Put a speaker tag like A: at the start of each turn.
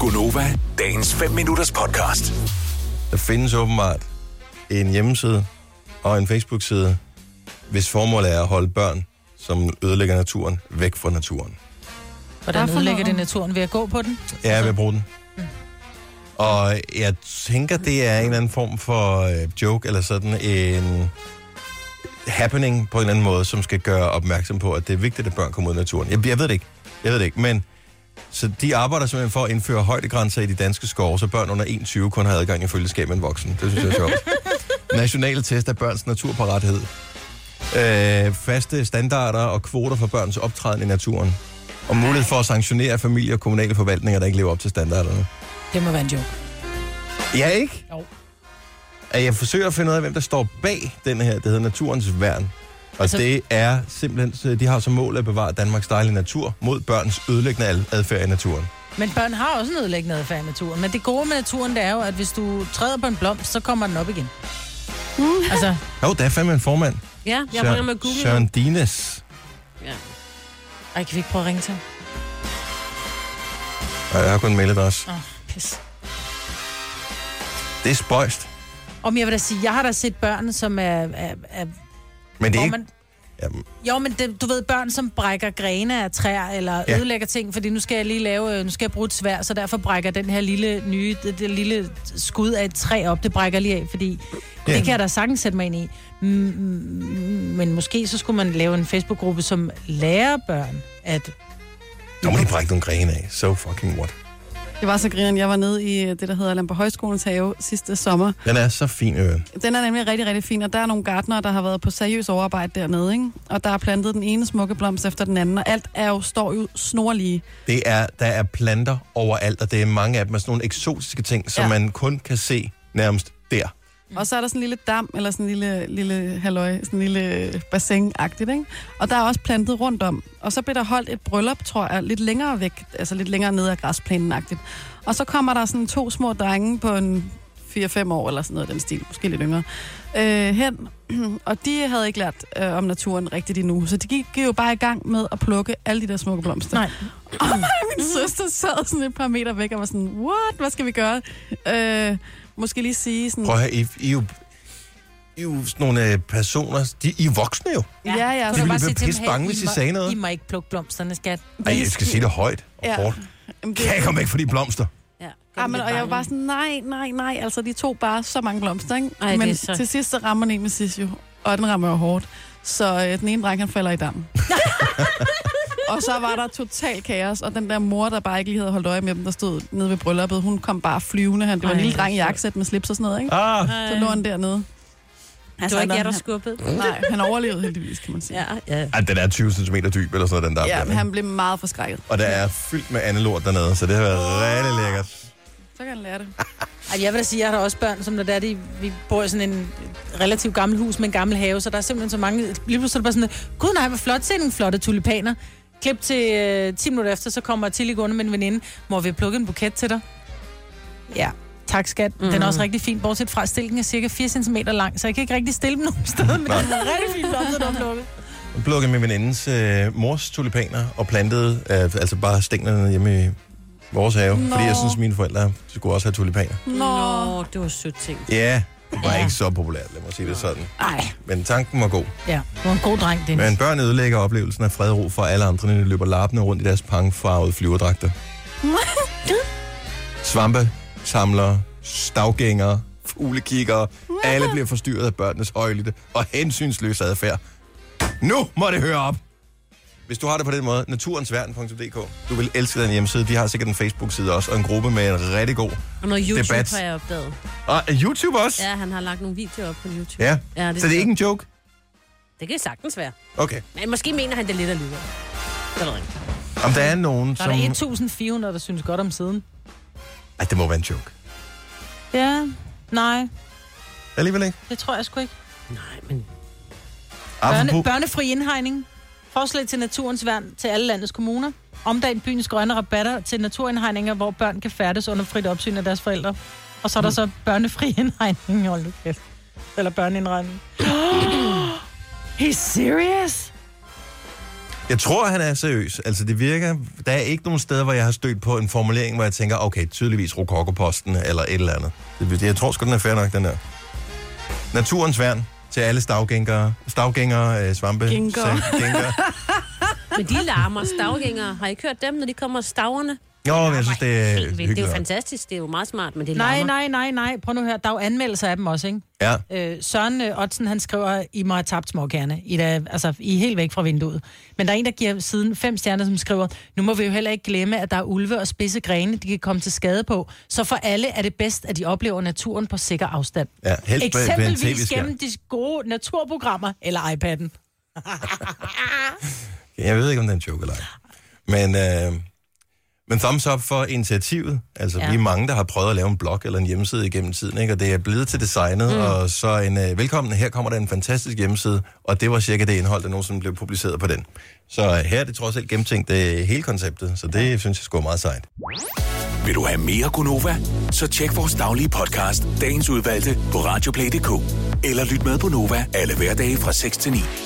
A: Gunova, dagens 5 minutters podcast.
B: Der findes åbenbart en hjemmeside og en Facebook-side, hvis formålet er at holde børn, som ødelægger naturen, væk fra naturen.
C: Hvordan
D: Hvad for
C: ødelægger
D: noget?
C: det naturen ved at gå på den?
B: Ja, jeg vil bruge den. Altså- Mm. Og jeg tænker, det er en eller anden form for øh, joke, eller sådan en happening på en eller anden måde, som skal gøre opmærksom på, at det er vigtigt, at børn kommer ud i naturen. Jeg, jeg ved det ikke. Jeg ved det ikke, men... Så de arbejder simpelthen for at indføre højdegrænser i de danske skove, så børn under 21 kun har adgang i følgeskab med en voksen. Det synes jeg er sjovt. Nationale test af børns naturparathed. Øh, faste standarder og kvoter for børns optræden i naturen. Og mulighed for at sanktionere familier og kommunale forvaltninger, der ikke lever op til standarderne.
C: Det må være en joke.
B: Ja, ikke?
C: Jo.
B: At jeg forsøger at finde ud af, hvem der står bag den her, det hedder Naturens Værn. Og altså,
C: Altså-
B: det er simpelthen, så de har som mål at bevare Danmarks dejlige natur mod børns ødelæggende adfærd i naturen.
C: Men børn har også en ødelæggende adfærd i naturen. Men det gode med naturen, det er jo, at hvis du træder på en blomst, så kommer den op igen. Altså,
B: Jo, der er fandme en formand.
D: Ja, jeg
B: Søren-
D: ringer med Google.
B: Søren Dines.
D: Ja.
C: ej, kan vi ikke prøve at ringe til ham?
B: Og jeg har kun en mailadresse.
C: Åh, oh, pis.
B: Det er spøjst.
C: Om jeg vil da sige, jeg har da set børn, som er... er, er
B: Men det er
C: hvor
B: ikke...
C: man,
B: Jamen,
C: jo, men det, du ved, børn, som brækker grene af træer, eller
B: Ja.
C: ja. ødelægger ting, fordi nu skal jeg lige lave, øh, nu skal jeg bruge et svær, så derfor brækker den her lille nye, det, det lille skud af et træ op, det brækker lige af, fordi
B: Ja.
C: ja. det kan jeg da sagtens sætte mig ind i. Mm, mm, Men måske så skulle man lave en Facebook-gruppe, som lærer børn, at
B: når man ikke brække nogle grene af. So fucking what.
E: Det var så grineren. Jeg var nede i øh, det, der hedder Lamper Højskolens have sidste sommer.
B: Den er så fin, øh. ø.
E: Den er nemlig rigtig, rigtig fin, og der er nogle gartnere, der har været på seriøs overarbejde dernede, ikke? Og der er plantet den ene smukke blomst efter den anden, og alt er jo, står jo snorlige.
B: Det er, der er planter overalt, og det er mange af dem er sådan nogle eksotiske ting, som ja.
E: Ja.
B: man kun kan se nærmest der.
E: Mm. Og så er der sådan en lille dam, eller sådan en lille, lille halløj, sådan en lille bassin-agtigt, ikke? Og der er også plantet rundt om. Og så blev der holdt et bryllup, tror jeg, lidt længere væk, altså lidt længere ned ad græsplænen-agtigt. Og så kommer der sådan to små drenge på en 4-5 år, eller sådan noget af den stil, måske lidt yngre, øh, hen. Og de havde ikke lært øh, om naturen rigtigt endnu, så de gik, gik jo bare i gang med at plukke alle de der smukke blomster.
C: nej,
E: Og mig og min søster sad sådan et par meter væk og var sådan, what, hvad skal vi gøre? Øh, måske lige sige sådan...
B: Prøv at høre, I, I, er jo, I er jo sådan nogle øh, personer, de, I er voksne jo.
E: Ja, ja,
C: Kunne du
E: så
B: ville blive
C: bare sige til dem,
B: pisse
C: "Hey,
B: bange, hvis I
C: må-
B: sagde noget."
C: I må ikke plukke blomsterne, skat.
B: Ej, jeg skal sige det højt og
E: Ja.
B: hårdt.
E: Jamen, det-
B: Kan jeg komme væk fra de blomster?
D: Ja,
E: Ja, men, og jeg var bare sådan, nej, nej, nej. Altså, de to bare så mange blomster, ikke?
D: Ej, det er
E: men
D: så-
E: til sidst så rammer den en med Sisjo, og den rammer jo hårdt. Så øh, den ene dreng, han falder i dammen. og så var der total kaos, og den der mor, der bare ikke lige havde holdt øje med dem, der stod nede ved brylluppet, hun kom bare flyvende. Han, det var en
C: Ej,
E: lille dreng i
C: hvor
E: jakkesæt med slips og sådan noget, ikke?
B: Ah,
C: Øh,
E: Så lå han dernede.
D: Det
C: altså,
D: var ikke
E: han-
D: jeg, der skubbede.
E: han, Nej, han overlevede heldigvis, kan man sige.
D: Ja, ja.
B: Ej, den er 20 cm dyb, eller sådan noget, den der.
E: ja
B: plante.
E: men han blev meget forskrækket.
B: Og der er fyldt med andet lort dernede, så det har været rigtig lækkert.
E: Så kan han lære det.
C: Altså, jeg vil da sige, at jeg har da også børn, som når der er de, vi bor i sådan en relativt gammel hus med en gammel have, så der er simpelthen så mange, lige pludselig er det bare sådan, gud nej, hvor flot, se nogle flotte tulipaner. Klip til øh, 10 minutter efter, så kommer Tilly gående med en veninde, må vi plukke en buket til dig? Ja. Tak, skat. Mm. Den er også rigtig fin, bortset fra, at stilken er cirka 4 cm lang, så jeg kan ikke rigtig stille den nogen steder, men den er rigtig fint blomster, der er plukket.
B: Jeg plukkede min venindes øh, mors tulipaner og plantede øh, altså bare stænglerne hjemme i vores have. Nå.
E: Nå.
B: Fordi jeg synes, mine forældre skulle også have tulipaner.
E: Nå.
D: Nå, det var sødt ting.
B: Ja, det var ja.
C: Ja.
B: ikke så populært, lad mig sige det sådan.
E: Ej.
B: Men tanken var god.
C: Ja, du er en god dreng, Dennis.
B: Men børn ødelægger oplevelsen af fred og ro for alle andre, når de løber lappende rundt i deres pangfarvede flyverdragter. Svampe, samlere, stavgængere, fuglekikkere, alle bliver forstyrret af børnenes højlytte og hensynsløs adfærd. Nu må det høre op! Hvis du har det på den måde, naturensverden.dk. Du vil elske den hjemmeside. De har sikkert en Facebook-side også, og en gruppe med en rigtig god...
D: Og noget YouTube
B: Debat.
D: Debat. har jeg opdaget.
B: Og YouTube også?
D: Ja, han har lagt nogle videoer op på YouTube.
B: ja.
D: Ja, det
B: Så det er
D: er
B: ikke en joke?
D: Det kan sagtens være.
B: Okay.
D: Men måske mener han det lidt alligevel. Det er der ikke.
B: Om der er nogen,
C: Der
B: som...
C: er der 1.400, der synes godt om siden.
B: Ej, det må være en joke.
C: Ja, nej,
B: Alligevel ikke.
C: det tror jeg sgu ikke.
D: Nej, men...
C: Børne,
B: Apropos-
C: børnefri indhegning. Forslag til naturens værn til alle landets kommuner. Omdagen byens grønne rabatter til naturindhegninger, hvor børn kan færdes under frit opsyn af deres forældre. Og så er der så børnefri indhegning. Hold nu kæft. Eller børneindregning. He's serious?
B: Jeg tror, han er seriøs. Altså, det virker... Der er ikke nogen steder, hvor jeg har stødt på en formulering, hvor jeg tænker, okay, tydeligvis rokokoposten eller et eller andet. Det- Jeg tror sgu, den er fair nok, den der. Naturens værn til alle stavgængere, stavgængere, øh, svampe,
E: Gængere.
B: sæk- gængere.
D: Men de larmer stavgængere. Har I ikke hørt dem, når de kommer staverne?
B: Jo, men jeg synes, det er
D: Helt vildt. Det er jo
B: hyggeligt.
D: fantastisk. Det er jo meget smart, men det larmer.
C: Nej, nej, nej, nej. Prøv nu at høre. Der er jo anmeldelser af dem også, ikke?
B: Ja,
C: Øh, Søren øh, Ottsen, han skriver, I må have tabt småkerne. I, da, altså, I er helt væk fra vinduet. Men der er en, der giver siden fem stjerner, som skriver, nu må vi jo heller ikke glemme, at der er ulve og spidse grene, de kan komme til skade på. Så for alle er det bedst, at de oplever naturen på sikker afstand.
B: ja. Helst på- på en
C: Eksempelvis
B: TV-skærm.
C: gennem de gode naturprogrammer eller iPad'en.
B: Jeg ved ikke, om det er en joke eller ej. Men, øh, men thumbs up for initiativet. Altså, ja.
C: Ja.
B: vi er mange, der har prøvet at lave en blog eller en hjemmeside igennem tiden, ikke? og det er blevet til designet, mm. og så en øh, velkommen, her kommer der en fantastisk hjemmeside, og det var cirka det indhold, der nogensinde blev publiceret på den. Så øh, her er det trods alt gennemtænkt øh, hele konceptet, så det synes jeg skulle meget sejt.
A: Vil du have mere Gunova? Så tjek vores daglige podcast, dagens udvalgte, på radioplay.dk. Eller lyt med på Nova alle hverdage fra 6 til 9.